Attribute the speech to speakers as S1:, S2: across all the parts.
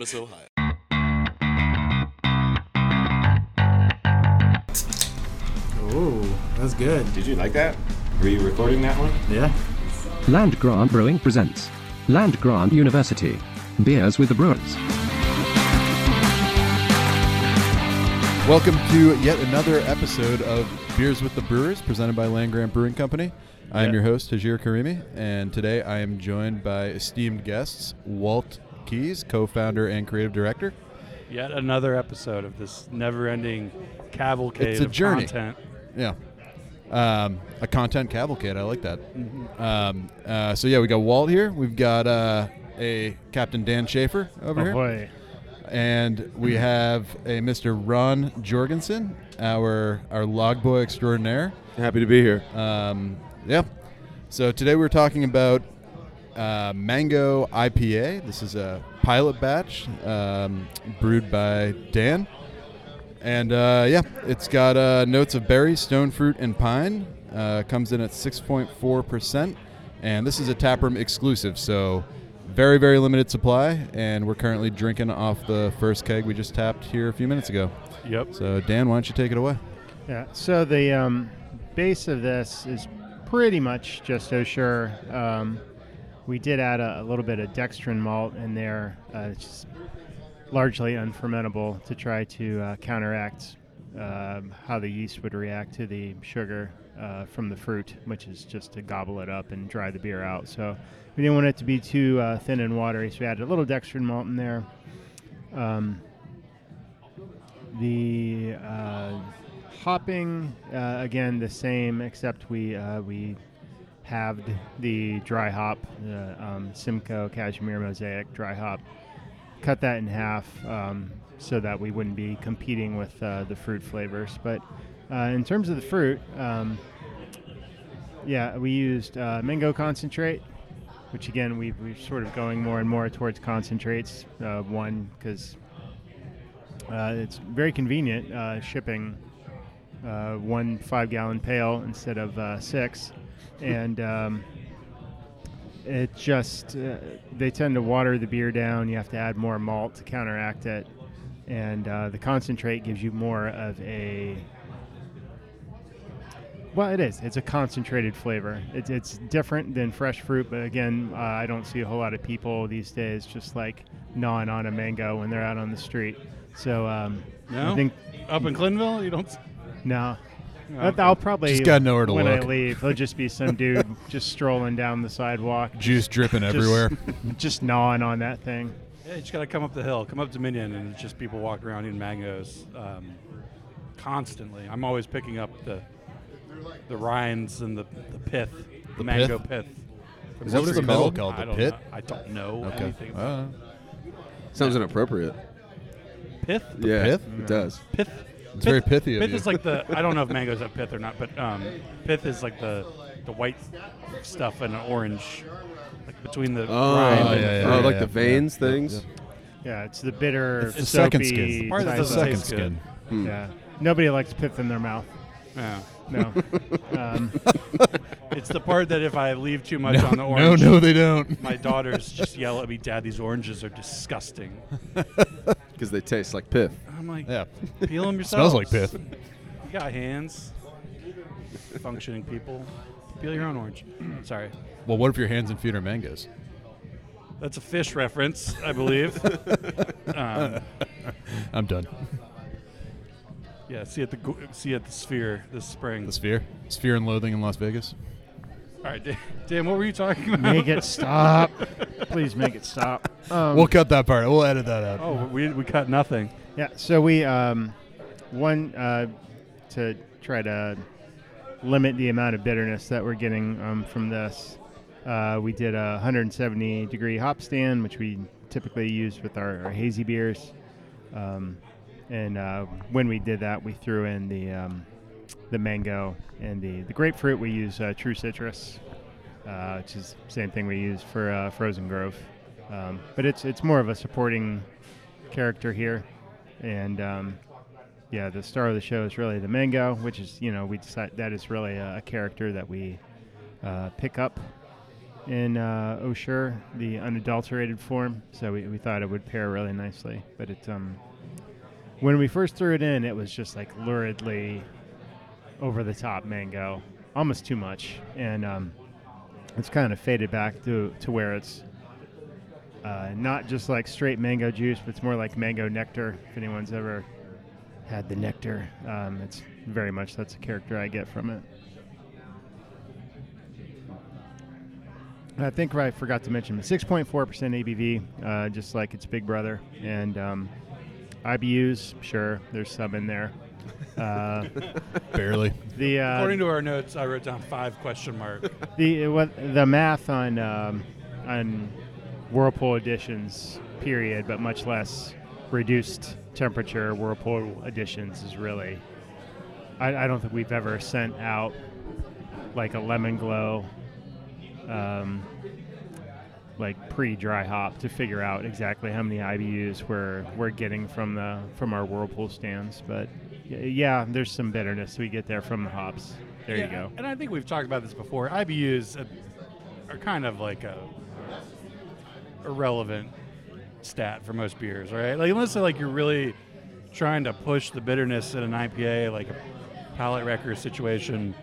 S1: is so hot.
S2: Ooh, that's good.
S3: Did you like that? Were you recording that one?
S2: Yeah.
S4: Land Grant Brewing presents Land Grant University Beers with the Brewers.
S5: Welcome to yet another episode of Beers with the Brewers, presented by Land Grant Brewing Company. I am your host, Hajir Karimi, and today I am joined by esteemed guests Walt Keys, co founder and creative director.
S6: Yet another episode of this never-ending cavalcade
S5: It's a
S6: of
S5: journey.
S6: content.
S5: Yeah. Um, a content cavalcade. I like that. Um, uh, so, yeah, we got Walt here. We've got uh, a Captain Dan Schaefer over
S6: Oh,
S5: here.
S7: Ahoy.
S5: And we have a Mr. Ron Jorgensen, our, our log boy extraordinaire.
S3: Happy to be here.
S5: Um, yeah. So today we're talking about uh, Mango IPA. This is a pilot batch um, brewed by Dan. And uh, yeah, it's got uh, notes of berry, stone fruit, and pine. Uh, comes in at 6.4%. And this is a taproom exclusive. So very, very limited supply. And we're currently drinking off the first keg we just tapped here a few minutes ago.
S6: Yep.
S5: So, Dan, why don't you take it away?
S7: Yeah. So the um, base of this is pretty much just Osher. Um, we did add a, a little bit of dextrin malt in there. Uh, it's just largely unfermentable to try to uh, counteract um how the yeast would react to the sugar uh, from the fruit, which is just to gobble it up and dry the beer out. So we didn't want it to be too uh, thin and watery, so we added a little dextrin malt in there. Um, the uh, hopping uh, again the same, except we uh, we halved the dry hop, the um, Simcoe Cashmere Mosaic dry hop. Cut that in half um, so that we wouldn't be competing with uh, the fruit flavors. But uh, in terms of the fruit, um, yeah, we used uh, mango concentrate, which again we we're sort of going more and more towards concentrates. Uh, one because uh, it's very convenient uh, shipping uh, one five gallon pail instead of uh, six. And um, it just, uh, they tend to water the beer down. You have to add more malt to counteract it. And uh, the concentrate gives you more of a. Well, it is. It's a concentrated flavor. It's, it's different than fresh fruit, but again, uh, I don't see a whole lot of people these days just like gnawing on a mango when they're out on the street. So um,
S6: No?
S7: I think
S6: Up in Clintonville, you don't. s-
S7: no.
S6: No,
S7: But
S6: okay.
S7: I'll probably
S5: Just gotta know where to
S7: when
S5: look.
S7: I leave. There'll just be some dude just strolling down the sidewalk,
S5: Juice dripping
S7: just-
S5: everywhere.
S7: just gnawing on that thing.
S6: Yeah, you just gotta come up the hill, come up Dominion, and it's just people walking around eating mangoes um, constantly. I'm always picking up the the rinds and the, the pith, the, mango pith.
S5: Is that what it's
S6: From
S5: called?
S6: Clintonville.
S5: Called the
S6: I don't
S5: pit?
S6: know- I don't know anything. About
S5: Uh,
S3: Sounds inappropriate.
S6: pith.
S3: yeah,
S5: pith?
S3: it does.
S6: Pith.
S5: It's very pithy of
S6: Pith
S5: you.
S6: is like the I don't know if mangoes have pith or not, but um, pith is like the the white stuff and an orange, like between the
S3: Oh,
S6: rind and
S5: yeah,
S6: the
S5: yeah,
S3: oh,
S6: fruit.
S5: yeah,
S3: like
S5: yeah,
S3: the veins things.
S7: Yeah, it's the bitter,
S5: It's the second
S7: soapy
S5: skin. The
S6: part that
S7: type
S6: doesn't
S7: of-
S5: second
S6: taste good.
S5: skin.
S7: Yeah, nobody likes pith in their mouth.
S6: Yeah.
S7: No, um,
S6: It's the part that if I leave too much on the
S5: no,
S6: orange,
S5: no, they don't.
S6: my daughters just yell at me, "Dad, these oranges are disgusting."
S3: Because they taste like pith.
S6: I'm like,
S5: Yeah.
S6: peel them yourself.
S5: Smells like pith.
S6: You got hands, functioning people. Peel your own orange. Sorry,
S5: Well, what if your hands and feet are mangoes?
S6: that's a fish reference, I believe. um,
S5: I'm done.
S6: Yeah, see at the gu- see at the Sphere this spring.
S5: The sphere, sphere and loathing in Las Vegas.
S6: All right, Dan, Dan, what were you talking about?
S7: make it stop. Please make it stop. Um,
S5: We'll cut that part. We'll edit that out.
S6: Oh, we we cut nothing.
S7: Yeah, so we um, one uh, to try to limit the amount of bitterness that we're getting um, from this. Uh, we did a 170 degree hop stand, which we typically use with our, our hazy beers. Um, and uh, when we did that, we threw in the um, the mango and the, the grapefruit. We use uh, True Citrus, uh, which is the same thing we use for uh, Frozen Grove. Um, but it's it's more of a supporting character here, and um, yeah, the star of the show is really the mango, which is you know we decide that is really a, a character that we uh, pick up in uh, Osher, the unadulterated form. So we, we thought it would pair really nicely. But it, um, when we first threw it in, it was just like luridly over the top mango, almost too much. And um, it's kind of faded back to, to where it's uh, not just like straight mango juice, but it's more like mango nectar. If anyone's ever had the nectar, um, it's very much that's a character I get from it. I think I forgot to mention, but 6.4% ABV, uh, just like its big brother. And um, IBUs, sure, there's some in there. Uh,
S5: Barely.
S7: the uh,
S6: According to our notes, I wrote down five question mark.
S7: the what the math on um, on whirlpool additions period, but much less reduced temperature whirlpool additions is really. I, I don't think we've ever sent out like a lemon glow, um, like pre-dry hop to figure out exactly how many IBUs we're we're getting from the from our whirlpool stands, but. y- Yeah, there's some bitterness we get there from the hops. There you
S6: Yeah,
S7: go.
S6: And I think we've talked about this before. IBUs uh, are kind of like a irrelevant stat for most beers, right? Like unless like you're really trying to push the bitterness in an IPA, like a palate wrecker situation,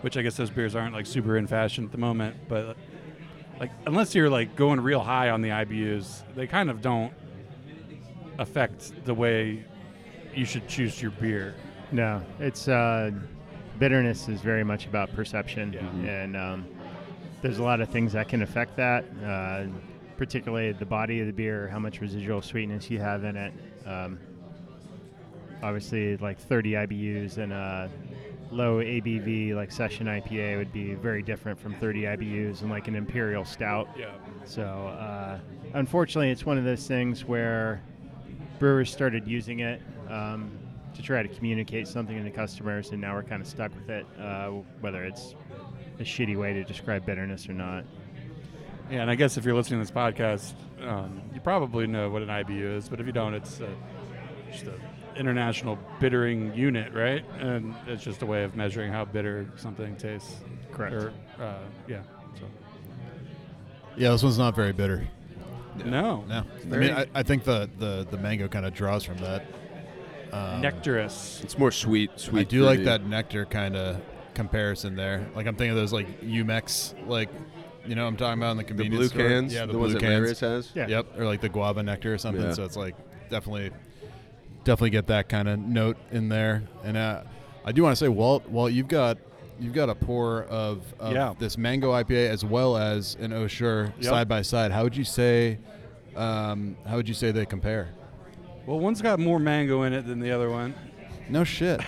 S6: which I guess those beers aren't like super in fashion at the moment, but like unless you're like going real high on the IBUs, they kind of don't affect the way you should choose your beer.
S7: No, it's uh, bitterness is very much about perception,
S6: Yeah.
S7: and um, there's a lot of things that can affect that. Uh, particularly the body of the beer, how much residual sweetness you have in it. Um, obviously, like 30 IBUs and a low ABV like session IPA would be very different from 30 IBUs and like an imperial stout.
S6: Yeah.
S7: So, uh, unfortunately, it's one of those things where brewers started using it um, to try to communicate something to customers, and now we're kind of stuck with it, uh, whether it's a shitty way to describe bitterness or not.
S6: Yeah, and I guess if you're listening to this podcast, um, you probably know what an IBU is, but if you don't, it's uh just an international bittering unit, right? And it's just a way of measuring how bitter something tastes.
S7: Correct.
S6: Or, uh, yeah. So.
S5: Yeah, this one's not very bitter.
S6: No.
S5: No,
S6: It's
S5: I
S6: very
S5: mean, I, I think the, the, the mango kind of draws from that. Um,
S6: nectarous.
S3: It's more sweet, sweet.
S5: I do like
S3: fruity.
S5: that nectar kind of comparison there. Like I'm thinking of those like Umex, like you know what I'm talking about in the
S3: The
S5: convenience
S3: blue
S5: store?
S3: cans,
S5: yeah, the, blue
S3: ones that
S5: cans.
S3: Reyes has.
S7: Yeah.
S5: Yep, or like the guava nectar or something.
S3: Yeah.
S5: So it's like definitely, definitely get that kind of note in there. And uh, I do want to say, Walt, Walt, you've got you've got a pour of, of
S6: Yeah.
S5: this mango IPA as well as an Osher
S6: Yep.
S5: side by side. How would you say? Um, how would you say they compare?
S6: Well, one's got more mango in it than the other one.
S5: No shit.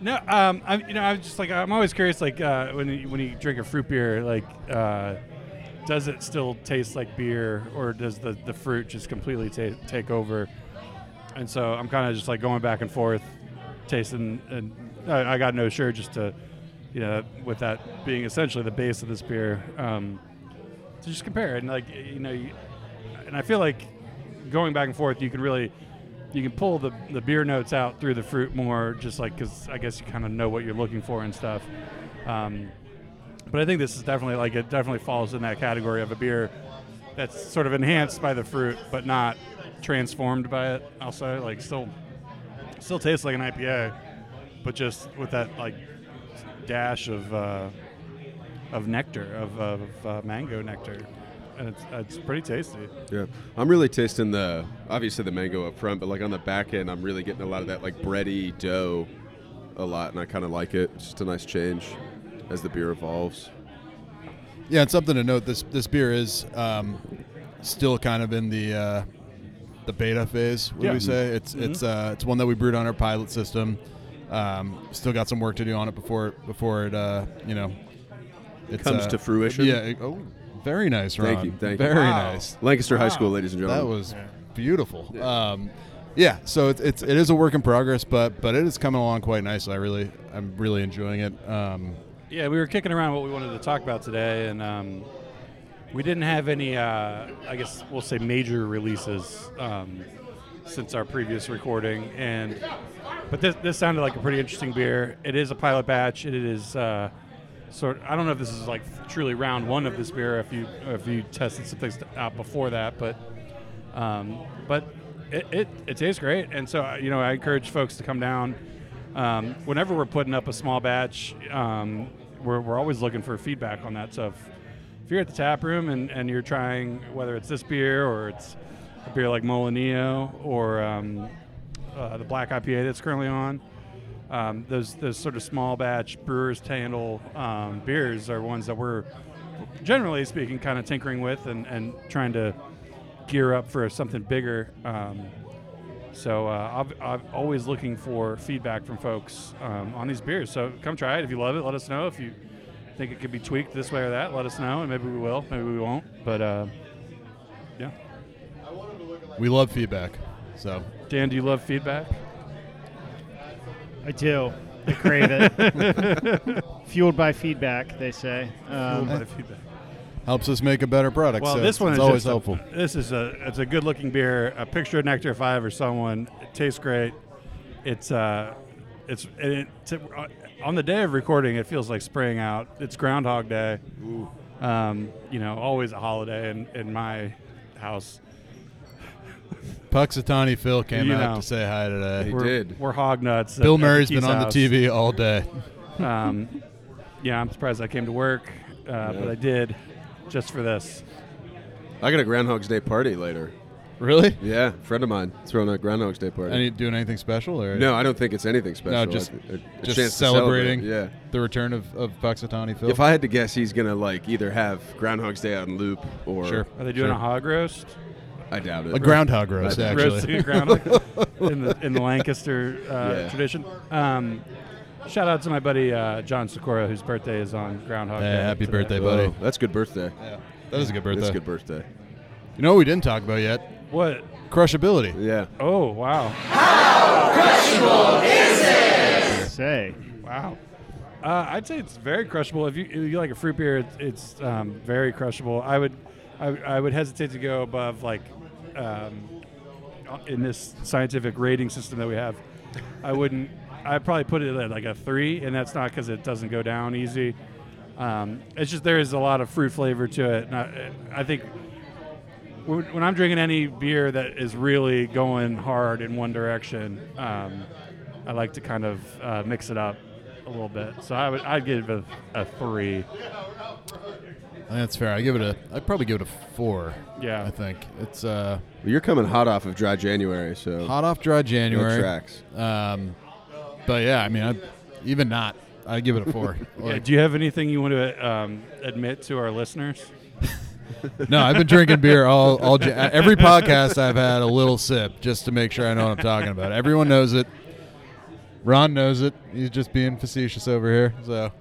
S6: No, um, I, you know, I'm just like I'm always curious, like uh, when you, when you drink a fruit beer, like uh, does it still taste like beer, or does the, the fruit just completely ta- take over? And so I'm kind of just like going back and forth, tasting, and I, I got no sure just to, you know, with that being essentially the base of this beer, um, to just compare and like you know, you, and I feel like going back and forth, you can really you can pull the, the beer notes out through the fruit more, just like because I guess you kind of know what you're looking for and stuff. Um, but I think this is definitely like it definitely falls in that category of a beer that's sort of enhanced by the fruit, but not transformed by it. I'll say like still still tastes like an IPA, but just with that like dash of uh, of nectar of, of uh, mango nectar, and it's it's pretty tasty.
S3: Yeah, I'm really tasting the obviously the mango up front, but like on the back end, I'm really getting a lot of that like bready dough, a lot, and I kind of like it. It's just a nice change as the beer evolves.
S5: Yeah, it's something to note. This this beer is um, still kind of in the uh, the beta phase. Would
S6: Yeah.
S5: we say it's
S3: Mm-hmm.
S5: it's uh, it's one that we brewed on our pilot system. Um, still got some work to do on it before before it uh, you know it
S3: Comes to fruition.
S5: Yeah. it- oh, very nice, Ron.
S3: Thank you, thank you.
S5: very
S6: Wow.
S5: nice.
S3: Lancaster
S6: Wow.
S3: High School, ladies and gentlemen.
S5: That was beautiful. Yeah. Um, yeah. So it's, it's it is a work in progress, but but it is coming along quite nicely. I really I'm really enjoying it. Um,
S6: Yeah, we were kicking around what we wanted to talk about today, and um, we didn't have any, uh, I guess we'll say, major releases um, since our previous recording. And but this, this sounded like a pretty interesting beer. It is a pilot batch. It is uh, sort. I don't know if this is like truly round one of this beer. If you if you tested some things out before that, but um, but it, it it tastes great. And so you know, I encourage folks to come down. Um, whenever we're putting up a small batch, um, we're we're always looking for feedback on that. So if, if you're at the tap room and, and you're trying whether it's this beer or it's a beer like Molinillo or um, uh, the black IPA that's currently on. Um, those those sort of small batch brewers handle um, beers are ones that we're generally speaking kind of tinkering with and, and trying to gear up for something bigger. Um, so uh, I've, I'm always looking for feedback from folks um, on these beers. So come try it if you love it. Let us know if you think it could be tweaked this way or that. Let us know, and maybe we will, maybe we won't. But uh, yeah,
S5: We love feedback. So
S6: Dan, do you love feedback?
S7: I do. I crave it. Fueled by feedback, they say. Um,
S6: feedback.
S5: helps us make a better product.
S6: Well,
S5: so
S6: this one
S5: it's
S6: is
S5: always
S6: just a-
S5: helpful.
S6: this is a it's a good looking beer. A picture of Nectar if I ever saw one. It tastes great. It's uh, it's and it, to, uh, on the day of recording, it feels like spring out. It's Groundhog Day. Um, you know, always a holiday in, in my house.
S5: Puxatani Phil came
S6: You
S5: out
S6: know.
S5: to say hi today.
S3: He
S6: We're,
S3: did.
S6: We're hog nuts. at-
S5: Bill
S6: at
S5: Murray's
S6: Keith's
S5: been on
S6: house.
S5: the TV all day.
S6: Um, yeah, I'm surprised I came to work, uh, but I did just for this.
S3: I got a Groundhog's Day party later.
S5: Really?
S3: Yeah, a friend of mine throwing a Groundhog's Day party.
S5: Any doing anything special or
S3: no, I don't think it's anything special.
S5: No, just-
S3: a, a- a chance
S5: just
S3: to
S5: celebrating.
S3: celebrate, Yeah.
S5: The return of of Puxatani Phil.
S3: If I had to guess, he's gonna like either have Groundhog's Day on loop or
S5: Sure.
S6: Are they doing a hog roast?
S3: I doubt it.
S5: a groundhog roast,
S3: Right.
S5: actually.
S6: roasting a groundhog in the in the Lancaster uh,
S3: Yeah.
S6: tradition. Um, shout out to my buddy uh, John Sikora, whose birthday is on Groundhog
S5: Hey,
S6: Day.
S5: happy
S6: today.
S5: birthday,
S3: Whoa,
S5: buddy.
S3: that's good birthday.
S5: Yeah. That is a good birthday.
S3: That's good birthday.
S5: You know what we didn't talk about yet?
S6: What?
S5: Crushability.
S3: Yeah.
S6: Oh wow,
S7: they say.
S6: wow. Uh, I'd say it's very crushable. If you, if you like a fruit beer, it's, it's um, very crushable. I would I, I would hesitate to go above like um, in this scientific rating system that we have. I wouldn't. I'd probably put it at like a three, and that's not because it doesn't go down easy. Um, it's just there is a lot of fruit flavor to it. And I, I think when, when I'm drinking any beer that is really going hard in one direction, um, I like to kind of uh, mix it up a little bit. So I would I'd give it a, a three.
S5: That's fair. I give it a. I'd probably give it a four.
S6: Yeah.
S5: I think it's uh,
S3: Well, you're coming hot off of dry January, so
S5: hot off dry
S3: no
S5: January.
S3: tracks.
S5: Um, but yeah, I mean, I, even not, I give it a four.
S6: Yeah,
S5: Like,
S6: do you have anything you want to um, admit to our listeners?
S5: no, I've been drinking beer all all Ja- every podcast. I've had a little sip just to make sure I know what I'm talking about. Everyone knows it. Ron knows it. He's just being facetious over here. So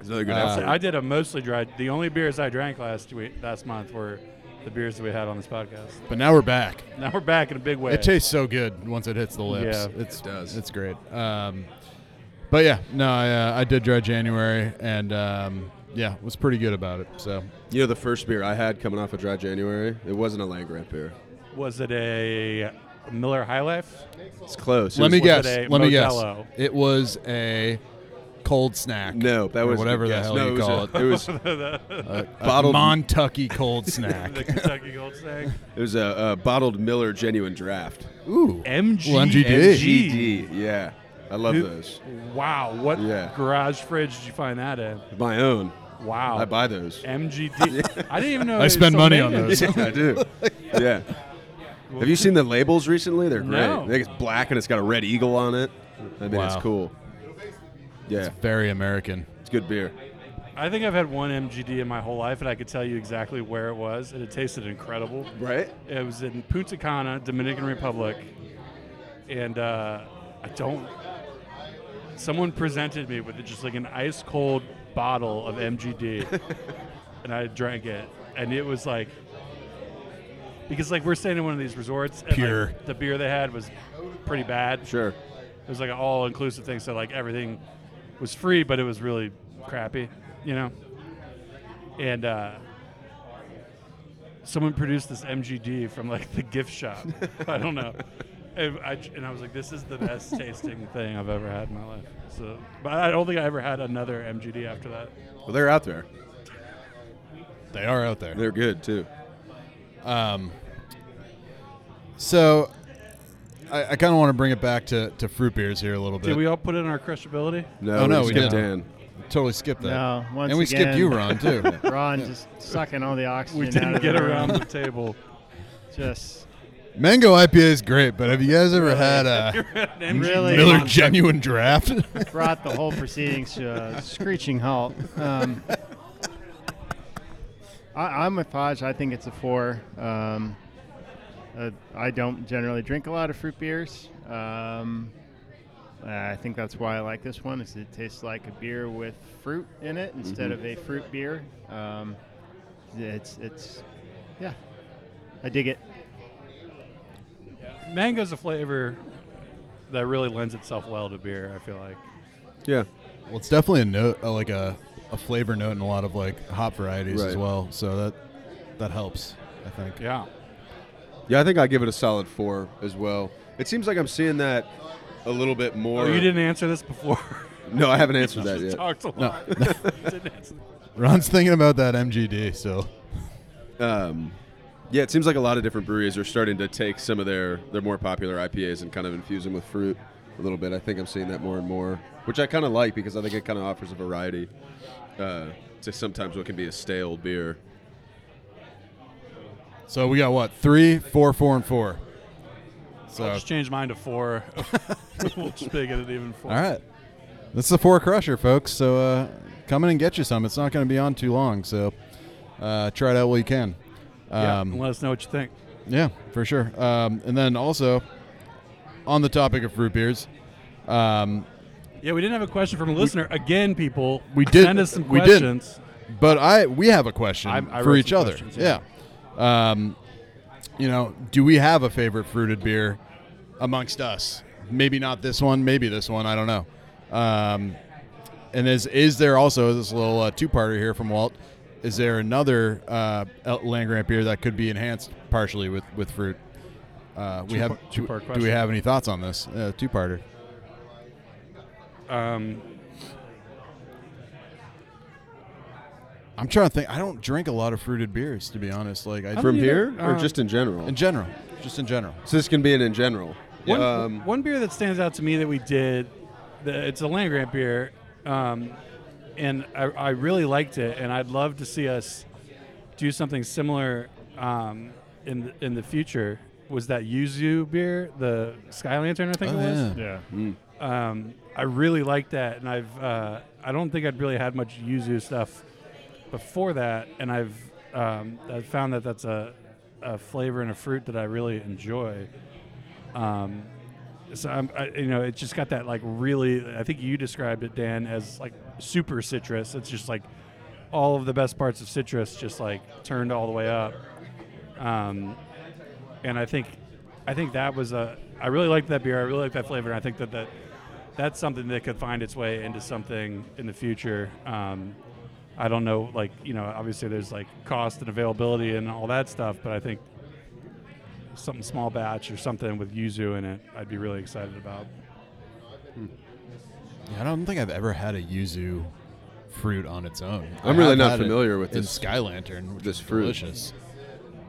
S3: It's another good
S5: Uh,
S3: episode.
S6: I did a mostly dry. The only beers I drank last week, last month, were the beers that we had on this podcast.
S5: But now we're back.
S6: Now we're back in a big way.
S5: It tastes so good once it hits the lips.
S6: Yeah.
S5: it's,
S3: It does.
S5: It's great. Um, but yeah, no, I, uh, I did dry January, and um, yeah, was pretty good about it. So
S3: You know, the first beer I had coming off of dry January, it wasn't a land grant beer.
S6: Was it a Miller High Life?
S3: It's close. It
S5: let
S3: was
S5: me
S3: one-
S5: guess.
S6: it a
S5: Let me guess.
S6: Modelo?
S5: It was a cold snack.
S3: No, that
S5: Or
S3: was
S5: whatever the hell
S3: no,
S5: you
S3: it was
S5: call
S3: a- it. was
S5: a
S3: bottled-
S5: Montucky cold snack.
S6: The Kentucky Gold Snake.
S3: it was a, a bottled Miller genuine draft.
S5: Ooh,
S6: MG.
S5: Well, MGD.
S3: GD. Yeah, I love
S6: Who-
S3: those.
S6: Wow, what
S3: Yeah.
S6: garage fridge did you find that in?
S3: My own.
S6: Wow.
S5: Oh.
S3: I buy those.
S6: MGD. I didn't even know.
S5: I
S6: they
S5: spend
S6: still
S5: money
S6: made
S5: on
S6: it.
S5: those.
S3: Yeah, I do. Yeah. Have you seen the labels recently? They're great.
S6: No.
S3: I think it's black and it's got a red eagle on it. I mean, it's
S5: Wow.
S3: cool. Yeah,
S5: very American.
S3: it's good beer.
S6: I think I've had one MGD in my whole life, and I could tell you exactly where it was, and it tasted incredible.
S3: Right?
S6: It was in Punta Cana, Dominican Republic, and uh, I don't. Someone presented me with just like an ice cold bottle of MGD, and I drank it, and it was like because like we're staying in one of these resorts, and like,
S5: Pure.
S6: the beer they had was pretty bad.
S3: Sure.
S6: It was like an all inclusive thing, so like everything was free, but it was really crappy, you know. And uh, someone produced this MGD from like the gift shop. I don't know. And I, and I was like, this is the best tasting thing I've ever had in my life. So, but I don't think I ever had another MGD after that.
S3: Well, they're out there.
S5: They are out there.
S3: They're good too.
S5: Um, so I, I kind of want to bring it back to, to fruit beers here a little bit.
S6: Did we all put in our crushability?
S3: No,
S5: Oh, no, we
S3: skipped
S5: didn't.
S3: Dan.
S5: totally skipped that.
S7: No, once
S5: and we skipped
S7: again-
S5: you, Ron, too.
S7: Ron just sucking all the oxygen.
S6: We
S7: out
S6: didn't
S7: of
S6: get
S7: the room.
S6: around the table.
S7: Just
S5: Mango IPA is great, but have you guys ever had a
S7: really
S5: Miller Genuine Draft?
S7: brought the whole proceedings to a screeching halt. Um, I, I'm with Hodge. I think it's a four. Um, uh, I don't generally drink a lot of fruit beers. Um, I think that's why I like this one. Is it tastes like a beer with fruit in it instead of a
S5: Mm-hmm.
S7: fruit beer. Um, it's it's yeah, I dig it.
S6: Mango's a flavor that really lends itself well to beer, I feel like.
S3: Yeah.
S5: well, it's definitely a note, uh, like a, a flavor note in a lot of like hop varieties as
S3: Right.
S5: well. So that that helps, I think.
S6: Yeah.
S3: Yeah, I think I give it a solid four as well. It seems like I'm seeing that a little bit more.
S6: Oh, you didn't answer this before.
S3: No, I haven't answered that yet.
S6: Just talked a lot. didn't answer the
S5: Ron's thinking about that MGD. So
S3: Um, yeah, it seems like a lot of different breweries are starting to take some of their their more popular IPAs and kind of infuse them with fruit a little bit. I think I'm seeing that more and more, which I kind of like because I think it kind of offers a variety uh, to sometimes what can be a stale beer.
S5: so we got what three, four, four, and four. So
S6: I'll just change mine to four. we'll just make it an even four.
S5: all right, that's the four crusher, folks. So uh, come in and get you some. It's not going to be on too long. So uh, try it out while you can.
S6: Yeah,
S5: Um,
S6: and let us know what you think.
S5: Yeah, for sure. Um, and then also, on the topic of fruit beers, um,
S6: Yeah, we didn't have a question from a listener. Again, people,
S5: We did-
S6: send us some
S5: we did.
S6: questions.
S5: but I we have a question
S6: I- I
S5: for
S6: wrote
S5: each
S6: some
S5: other.
S6: questions,
S5: yeah.
S6: yeah.
S5: Um, you know, do we have a favorite fruited beer amongst us? Maybe not this one. Maybe this one. I don't know. Um, and is is there also this little uh, two parter here from Walt? Is there another uh, El- land grant beer that could be enhanced partially with with fruit? Uh, we have
S6: Two-par- two-part
S5: Do we
S6: question.
S5: have any thoughts on this uh, two parter?
S6: Um,
S5: I'm trying to think. I don't drink a lot of fruited beers, to be honest. Like I,
S3: From
S6: Yeah,
S3: here or
S6: um,
S3: just in general?
S5: in general, just in general.
S3: so this can be an in general.
S6: one,
S3: Um,
S6: one beer that stands out to me that we did, the, it's a land grant beer, um, and I, I really liked it, and I'd love to see us do something similar um, in the, in the future. Was that Yuzu beer, the Sky Lantern? I think
S5: Oh,
S3: Oh,
S6: it was.
S7: Yeah.
S5: Mm-hmm.
S6: Um, I really liked that, and I've uh, I don't think I'd really had much yuzu stuff before that, and I've um, I found that that's a, a flavor and a fruit that I really enjoy. Um, so I'm, I, you know, it's just got that like really. I think you described it, Dan, as like super citrus. It's just like all of the best parts of citrus just like turned all the way up. Um, and I think I think that was a I really liked that beer. I really liked that flavor. And I think that that that's something that could find its way into something in the future. Um, I don't know, like you know, obviously there's like cost and availability and all that stuff, but I think something small batch or something with yuzu in it, I'd be really excited about.
S5: Yeah, I don't think I've ever had a yuzu fruit on its own.
S3: I'm
S5: I
S3: really
S5: have
S3: not
S5: had it
S3: familiar with
S5: in
S3: this-
S5: Sky Lantern, which
S3: this
S5: is
S3: fruit.
S5: delicious.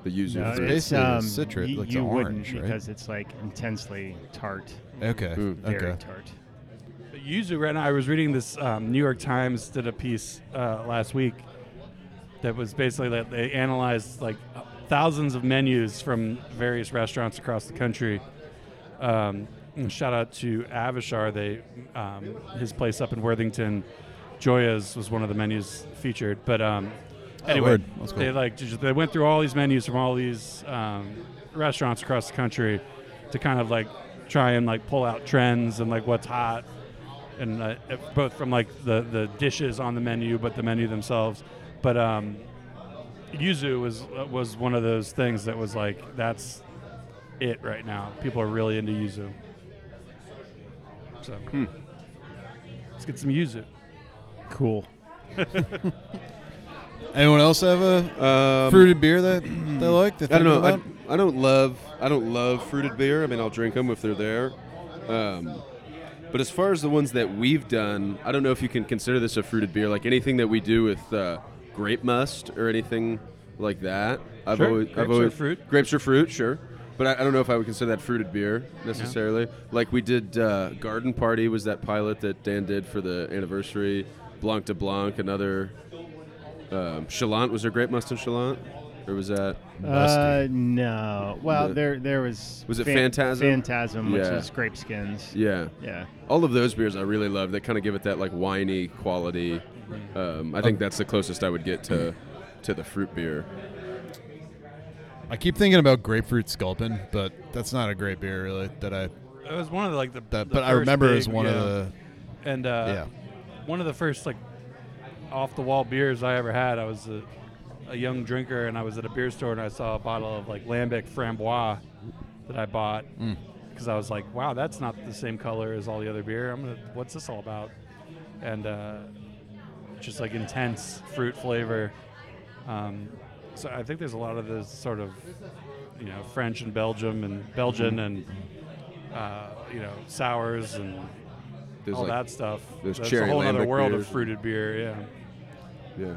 S3: the user.
S7: No,
S3: fruit.
S7: it's,
S5: basically
S7: um,
S5: citrus,
S7: y-
S5: like
S7: you
S5: the
S7: wouldn't
S5: orange, right?
S7: because it's like intensely tart,
S5: Okay,
S3: Mm.
S5: okay.
S7: very tart.
S6: But Yuzu, right now, I was reading this. Um, New York Times did a piece uh, last week that was basically that they analyzed like thousands of menus from various restaurants across the country. Um, and shout out to Avishar, they um, his place up in Worthington. Joya's was one of the menus featured, but um, anyway,
S5: Oh, word. That's cool.
S6: they like just, they went through all these menus from all these um, restaurants across the country to kind of like try and like pull out trends and like what's hot and uh, if- both from like the the dishes on the menu, but the menu themselves. But um, yuzu was uh, was one of those things that was like that's it right now. People are really into yuzu. So
S5: Hmm.
S6: let's get some yuzu.
S7: Cool.
S5: Anyone else have a
S3: Um,
S5: fruited beer that they like? That
S3: I don't
S5: they're
S3: Um, know.
S5: thinking about?
S3: I, I don't love I don't love fruited beer. I mean, I'll drink them if they're there. Um, but as far as the ones that we've done, I don't know if you can consider this a fruited beer. Like anything that we do with uh, grape must or anything like that. I've
S6: Sure.
S3: always, I've
S6: Grapes or
S3: always,
S6: fruit.
S3: Grapes or fruit, sure. But I, I don't know if I would consider that fruited beer necessarily. Like we did uh, Garden Party was that pilot that Dan did for the anniversary. Blanc de Blanc, another. Um, Chalant was there grape must in Chalant, or was that?
S7: Uh, no. Well,
S3: The-
S7: there there was
S3: Was it Phantasm?
S7: Phantasm, which
S3: Yeah.
S7: is grape skins.
S3: Yeah.
S7: Yeah.
S3: All of those beers I really love. They kind of give it that like winey quality. Um, I think that's the closest I would get to to the fruit beer.
S5: I keep thinking about grapefruit sculpin, but that's not a great beer really that I
S6: It was one of the, like the.
S5: that
S6: the
S5: but I
S6: first
S5: remember
S6: big-
S5: as one
S6: yeah.
S5: of the
S6: And uh,
S5: yeah.
S6: one of the first like off the wall beers I ever had. I was a, a young drinker and I was at a beer store and I saw a bottle of like Lambic Frambois that I bought because I was like, wow, that's not the same color as all the other beer. I'm gonna, what's this all about? And uh, just like intense fruit flavor. Um, so I think there's a lot of this sort of, you know, French and Belgium and Belgian and uh, you know sours and
S3: There's
S5: Oh,
S6: all
S3: like
S6: that stuff.
S3: there's
S6: That's
S3: cherry
S6: a whole other
S3: lambic
S6: world
S3: beers.
S6: of fruited beer. Yeah.
S3: yeah.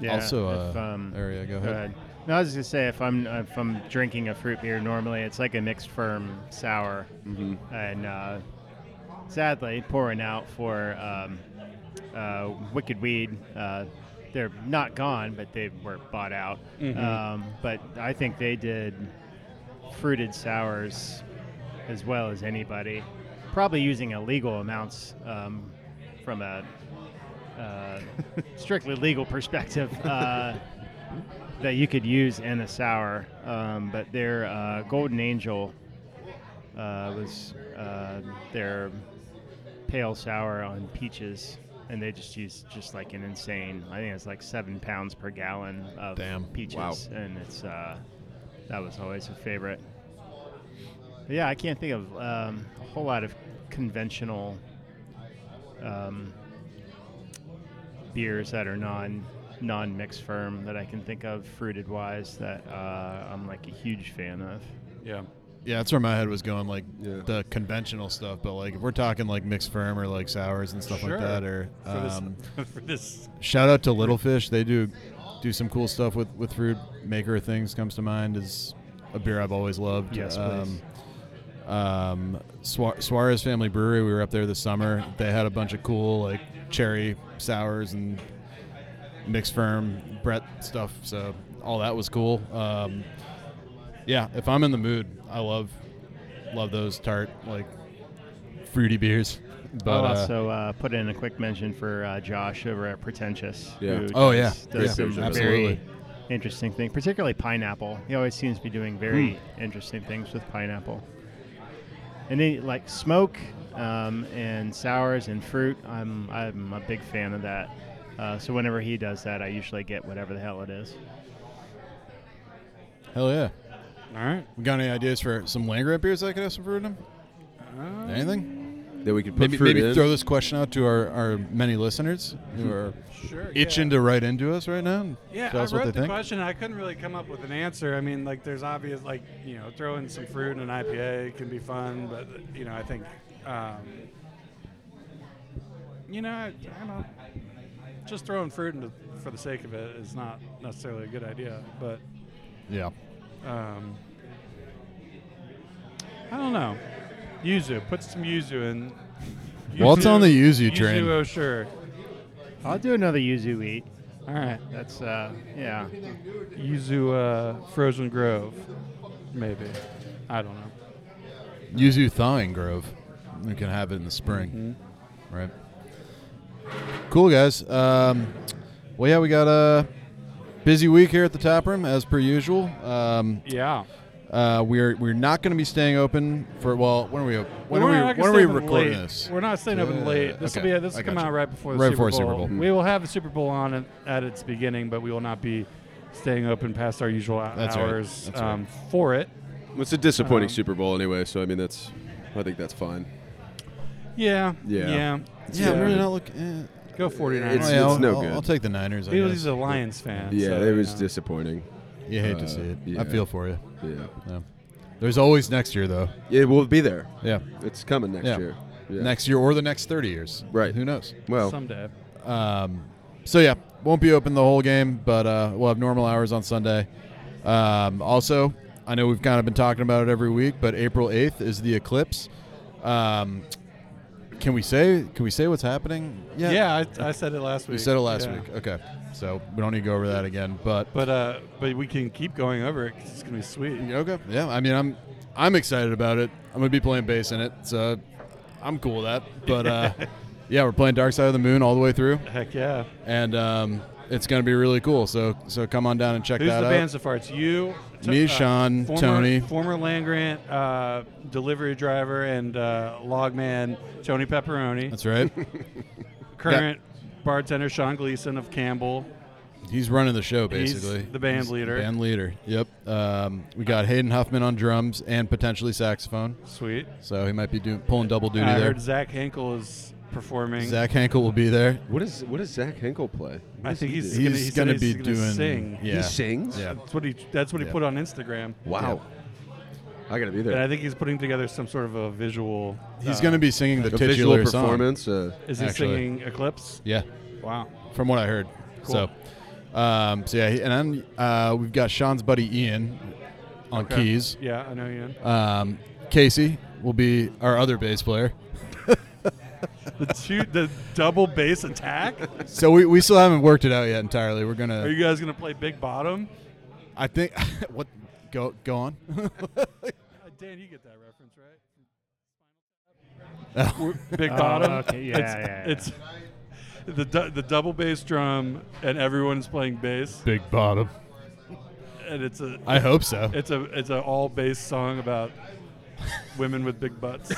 S7: Yeah.
S5: also
S7: if,
S5: uh,
S7: um,
S5: area go
S7: Go
S5: ahead.
S7: ahead. No, I was just gonna say if I'm if I'm drinking a fruit beer normally, it's like a mixed firm sour,
S3: Mhm.
S5: Mm-hmm.
S7: and uh, sadly pouring out for um, uh, Wicked Weed. Uh, they're not gone, but they were bought out.
S5: Mm-hmm.
S7: Um, but I think they did fruited sours as well as anybody, probably using illegal amounts um, from a uh, strictly legal perspective uh, that you could use in a sour. Um, but their uh, Golden Angel uh, was uh, their pale sour on peaches. And they just used just like an insane. I think it's like seven pounds per gallon of
S5: Damn.
S7: peaches,
S3: Wow.
S7: and it's uh, that was always a favorite. But yeah, I can't think of um, a whole lot of conventional um, beers that are non non mixed firm that I can think of fruited wise that uh, I'm like a huge fan of.
S6: Yeah.
S5: Yeah, that's where my head was going, like
S3: Yeah.
S5: the conventional stuff. But like, if we're talking like mixed firm or like sours and stuff
S6: Sure.
S5: like that, or
S6: For this,
S5: um,
S6: for this,
S5: shout out to Little Fish, they do do some cool stuff with with fruit. Maker of Things comes to mind is a beer I've always loved.
S7: Yes,
S5: um, um, Sua- Suarez Family Brewery. We were up there this summer. They had a bunch of cool like cherry sours and mixed firm Brett stuff. So all that was cool. Um, yeah, if I'm in the mood, I love love those tart like fruity beers. But
S7: I'll
S5: uh,
S7: also uh, put in a quick mention for uh, Josh over at Pretentious.
S3: Yeah.
S7: who
S5: Oh,
S7: does-
S5: yeah.
S7: does
S3: Yeah,
S7: some
S5: absolutely.
S7: very interesting thing, particularly pineapple. He always seems to be doing very
S5: Hmm.
S7: interesting things with pineapple. And he, like smoke um, and sours and fruit, I'm I'm a big fan of that. Uh, so whenever he does that, I usually get whatever the hell it is.
S5: hell yeah.
S6: all right.
S5: We got any ideas for some land grant beers that could have some fruit in them? Anything?
S3: Then we could put
S5: Um, Maybe,
S3: fruit
S5: maybe
S3: in.
S5: throw this question out to our, our many listeners who are
S6: Sure.
S5: itching to write into us right now. and
S6: Yeah,
S5: tell
S6: I
S5: us
S6: wrote
S5: what they
S6: the
S5: think.
S6: question. I couldn't really come up with an answer. I mean, like, there's obvious, like, you know, throwing some fruit in an IPA can be fun, but you know, I think, um, you know, I, I don't know. Just throwing fruit into, for the sake of it is not necessarily a good idea, but
S5: Yeah.
S6: um, I don't know. Yuzu, put some yuzu in.
S5: Walt's on the yuzu train.
S6: Yuzu, oh sure.
S7: I'll do another yuzu eat.
S6: All right.
S7: That's uh, yeah.
S6: Yuzu uh, Frozen Grove, maybe. I don't know.
S5: Yuzu Thawing Grove. We can have it in the spring.
S3: Mm-hmm.
S5: Right. Cool, guys. Um, well, yeah, we got a busy week here at the tap room, as per usual. Um,
S6: Yeah.
S5: uh, we're we're not going to be staying open for, well, when are we, when
S6: We're
S5: are
S6: not
S5: we,
S6: gonna
S5: when are
S6: stay
S5: we
S6: open
S5: recording
S6: late.
S5: this?
S6: We're not staying open
S5: Uh,
S6: late. This
S5: okay.
S6: will be this
S5: I
S6: will come
S5: gotcha.
S6: out right before the
S5: Right before
S6: Super Bowl.
S5: Super Bowl.
S6: We will have the Super Bowl on at, at its beginning, but we will not be staying open past our usual hou-
S5: That's right.
S6: hours
S5: That's
S6: um, for it.
S3: It's a disappointing
S6: Um,
S5: Uh-huh.
S3: Super Bowl anyway, so I mean that's I think that's fine.
S6: Yeah.
S3: Yeah.
S6: Yeah.
S5: Yeah, I'm
S3: Yeah.
S5: really not looking. Eh.
S6: Go 49ers.
S3: It's-
S5: Oh, yeah,
S3: it's
S5: I'll-
S3: no
S5: I'll,
S3: good.
S5: I'll take the Niners. I
S6: he was
S5: guess.
S6: he's a Lions fan.
S3: Yeah,
S6: so,
S3: it was
S6: you know.
S3: disappointing.
S5: You hate
S3: uh,
S5: to see it.
S3: yeah.
S5: I feel for you.
S3: Yeah.
S5: Yeah. There's always next year, though.
S3: It will be there.
S5: Yeah.
S3: It's coming next
S5: Yeah.
S3: year. Yeah.
S5: Next year or the next 30 years.
S3: Right.
S5: Who knows?
S3: Well,
S6: someday.
S5: Um, so yeah, won't be open the whole game, but uh, we'll have normal hours on Sunday. Um, also, I know we've kind of been talking about it every week, but April eighth is the eclipse. Um, can we say can we say what's happening?
S6: Yeah, I, I said it last week.
S5: we said it last
S6: Yeah.
S5: week. Okay, so we don't need to go over that again. But
S6: But uh, but we can keep going over it 'cause it's gonna be sweet.
S5: okay, yeah, I mean, I'm I'm excited about it. I'm gonna be playing bass in it, so I'm cool with that. But uh, yeah, we're playing Dark Side of the Moon all the way through.
S6: Heck yeah!
S5: and um, it's going to be really cool. So so come on down and check
S6: Who's
S5: that
S6: the
S5: out.
S6: band so far? It's you, t- uh,
S5: Me, Sean,
S6: former,
S5: Tony.
S6: former land grant uh, delivery driver and uh, logman Tony Pepperoni,
S5: That's right.
S6: current bartender Sean Gleason of Campbell.
S5: He's running the show
S6: He's
S5: basically.
S6: the band leader.
S5: band leader. Yep. Um, we got Hayden Huffman on drums and potentially saxophone.
S6: Sweet.
S5: So he might be doing pulling double duty
S6: And I
S5: there.
S6: heard Zach Henkel is performing.
S5: Zach Hankel will be there.
S3: what is what does Zach Henkel play? What
S6: I
S3: does
S6: think
S3: he
S6: he's
S3: do?
S5: He's
S6: gonna- he said
S5: gonna
S6: he's
S5: be
S6: gonna
S5: doing.
S6: sing.
S5: Yeah.
S3: he sings.
S5: Yeah.
S6: That's what he. That's what he
S5: Yeah.
S6: put on Instagram.
S3: Wow. I gotta be
S6: And I
S3: there.
S6: think he's putting together some sort of a visual.
S5: He's
S6: uh,
S5: going to be singing the
S3: A visual
S5: titular song.
S3: performance. Uh,
S6: Is he
S5: actually.
S6: singing Eclipse?
S5: Yeah.
S6: Wow.
S5: from what I heard.
S6: Cool.
S5: So, um, so yeah, he- and then uh, we've got Sean's buddy Ian on
S6: Okay.
S5: keys.
S6: Yeah, I know you.
S5: Um, Casey will be our other bass player.
S6: The two, the double bass attack.
S5: So we, we still haven't worked it out yet entirely. We're
S6: Are
S5: gonna.
S6: you guys gonna play Big Bottom?
S5: I think what go go on.
S6: Uh, Dan, you get that reference, right? We're- Big
S7: Oh,
S6: Bottom.
S7: okay. Yeah,
S6: it's,
S7: yeah, yeah.
S6: It's the du- the double bass drum, and everyone's playing bass,
S5: Big bottom.
S6: and it's a
S5: I hope so.
S6: it's a it's an all bass song about women with big butts.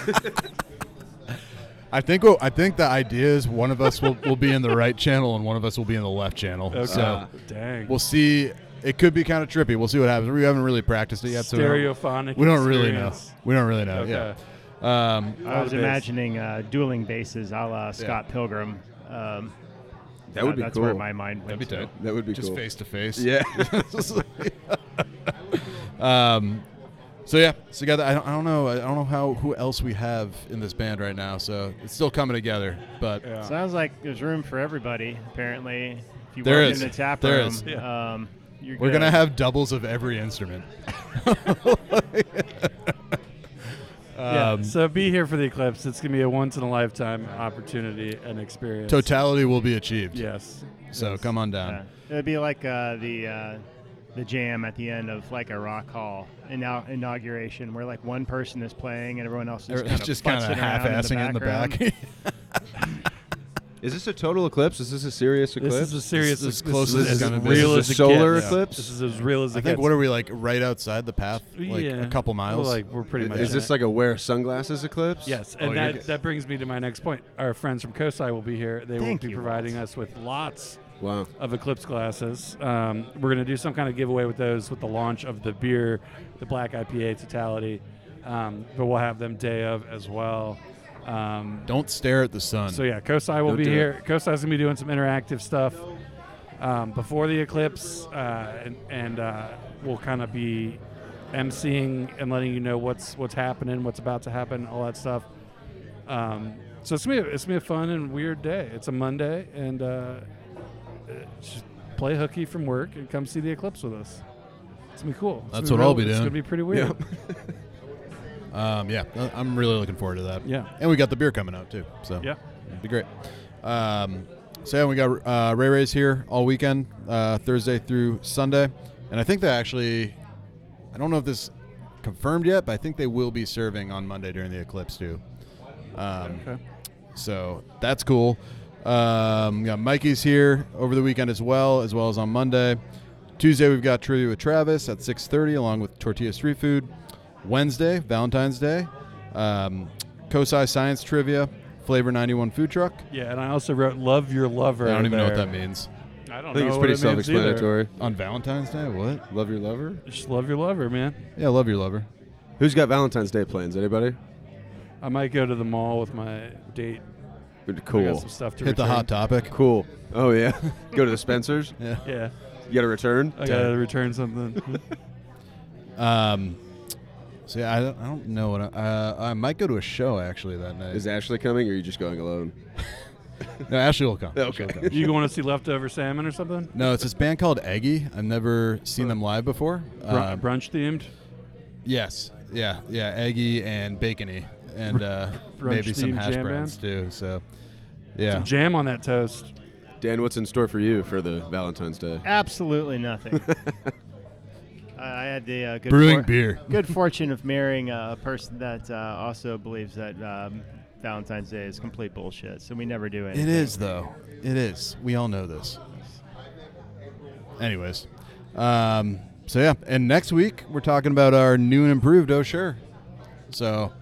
S5: I think what, I think the idea is one of us will, will be in the right channel and one of us will be in the left channel.
S6: Okay.
S5: So
S6: Dang.
S5: uh, we'll see. It could be kind of trippy. We'll see what happens. We haven't really practiced it yet. So we don't-
S6: Stereophonic.
S5: we don't really know.
S6: experience.
S5: We don't really know.
S6: Okay.
S5: Yeah. Um,
S7: I was
S6: bass.
S7: imagining uh, dueling bases, a la Scott Pilgrim. Um,
S3: that would be
S7: that's
S3: cool.
S7: where my mind
S5: that'd
S7: went.
S5: be
S7: to.
S5: tight.
S3: that would be
S5: Just
S3: cool.
S5: face to face.
S3: Yeah.
S5: Um, so yeah, so got that. I don't, I don't know. I don't know how who else we have in this band right now. So it's still coming together. But
S6: Yeah.
S7: Sounds like there's room for everybody. Apparently, if you
S5: There
S7: work
S5: is.
S7: in the tap
S5: There
S7: room,
S5: is.
S6: Yeah.
S7: um, you're
S5: we're
S7: good.
S5: gonna have doubles of every instrument.
S6: Yeah,
S5: Um,
S6: so be here for the eclipse. It's gonna be a once in a lifetime opportunity and experience.
S5: Totality will be achieved.
S6: Yes.
S5: So come on down.
S7: Yeah. It'd be like uh, the uh, the jam at the end of like a rock hall inau- inauguration, where like one person is playing and everyone else is
S5: It's just kind of
S7: half-assing
S5: half-assing it in the back.
S3: Is this a total eclipse? Is this a serious
S6: This
S3: eclipse?
S6: is as serious
S5: This is
S6: as
S5: close
S6: this
S5: as
S6: is
S5: it's gonna
S6: as
S5: be.
S6: real
S3: This is
S6: as it
S3: a solar
S6: gets.
S3: eclipse?
S6: This is as real as it
S5: I think
S6: gets.
S5: what are we like right outside the path, like
S6: Yeah.
S5: a couple miles?
S6: We're like we're pretty much.
S3: is
S6: in
S3: this
S6: it.
S3: like a wear sunglasses eclipse?
S6: Yes,
S5: Oh,
S6: and
S5: you're
S6: that,
S5: good.
S6: that brings me to my next point. Our friends from COSI will be here. They
S7: Thank
S6: will be
S7: you,
S6: providing us with lots
S3: Wow.
S6: of Eclipse glasses. Um, we're going to do some kind of giveaway with those with the launch of the beer, the black IPA totality. Um, but we'll have them day of as well. Um,
S5: don't stare at the sun.
S6: so yeah, Kosai will
S3: Don't
S6: be
S3: do
S6: here. Kosai's gonna be doing some interactive stuff um, before the eclipse, uh, and, and uh, we'll kind of be emceeing and letting you know what's what's happening, what's about to happen, all that stuff. Um, so it's gonna be it's gonna be a fun and weird day. It's a Monday, and uh, uh, just play hooky from work and come see the eclipse with us. It's gonna be cool. It's
S5: That's
S6: gonna
S5: what I'll
S6: real-
S5: be
S6: It's
S5: doing.
S6: gonna be pretty weird.
S5: Um, yeah, I- I'm really looking forward to that.
S6: Yeah.
S5: and we got the beer coming out too, so
S6: Yeah.
S5: it'd be great. Um, so yeah, we got uh, Ray Ray's here all weekend, uh, Thursday through Sunday, and I think they actually, I don't know if this confirmed yet, but I think they will be serving on Monday during the eclipse too. Um,
S6: Okay.
S5: so that's cool. Um, we got Mikey's here over the weekend as well, as well as on Monday. Tuesday we've got Trivia with Travis at 6:30, along with Tortilla Street Food. Wednesday, Valentine's Day, um, Kosai Science Trivia, Flavor 91 Food Truck.
S6: Yeah, and I also wrote "Love Your Lover."
S5: I don't even know what
S6: there.
S5: that means.
S6: I don't
S3: I think
S6: know
S3: it's
S6: what
S3: pretty
S6: it means either.
S3: self-explanatory.
S5: On Valentine's Day, what?
S3: Love your lover.
S6: Just love your lover, man.
S5: Yeah, love your lover.
S3: Who's got Valentine's Day plans? Anybody?
S6: I might go to the mall with my date. I got
S3: Cool.
S6: some stuff to
S5: Hit the
S6: return.
S5: hot topic.
S3: Cool. Oh yeah. Go to the Spencers.
S5: Yeah.
S6: Yeah, Uh,
S3: You got a return.
S6: I gotta return something.
S5: Um, So yeah, I don't, I don't know what I, uh, I might go to a show actually that night.
S3: Is Ashley coming, or are you just going alone?
S5: no, Ashley will come.
S3: Okay.
S5: Ashley will come.
S6: You going to see leftover salmon or something?
S5: No, it's this band called Eggy. I've never seen them live before.
S6: Br-
S5: Uh,
S6: brunch themed.
S5: yes, yeah, yeah, Eggy and Bacony, and uh,
S6: Brunch
S5: maybe some
S6: themed
S5: hash
S6: jam
S5: browns
S6: band?
S5: too. So, yeah,
S6: Some jam on that toast.
S3: Dan, what's in store for you for the Valentine's Day?
S7: Absolutely nothing. I I had the uh, good
S5: brewing
S7: for-
S5: beer.
S7: good fortune of marrying a person that uh, also believes that um, Valentine's Day is complete bullshit. So we never do anything.
S5: It is though. It is. We all know this. Anyways, um, so yeah, and next week we're talking about our new and improved O'Sure. So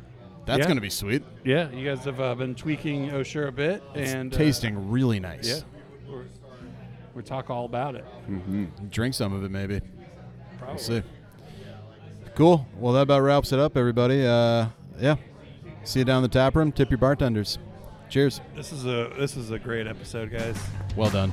S5: that's
S6: Yeah.
S5: gonna be sweet.
S6: Yeah, you guys have uh, been tweaking Osher a bit and
S5: And
S6: uh,
S5: tasting really nice.
S6: Yeah, we're, we talk all about it.
S5: Drink some of it maybe.
S6: Probably.
S5: We'll see. Cool. Well, that about wraps it up, everybody. Uh, yeah. See you down in the tap room. Tip your bartenders. Cheers.
S6: This is a this is a great episode, guys.
S5: Well done.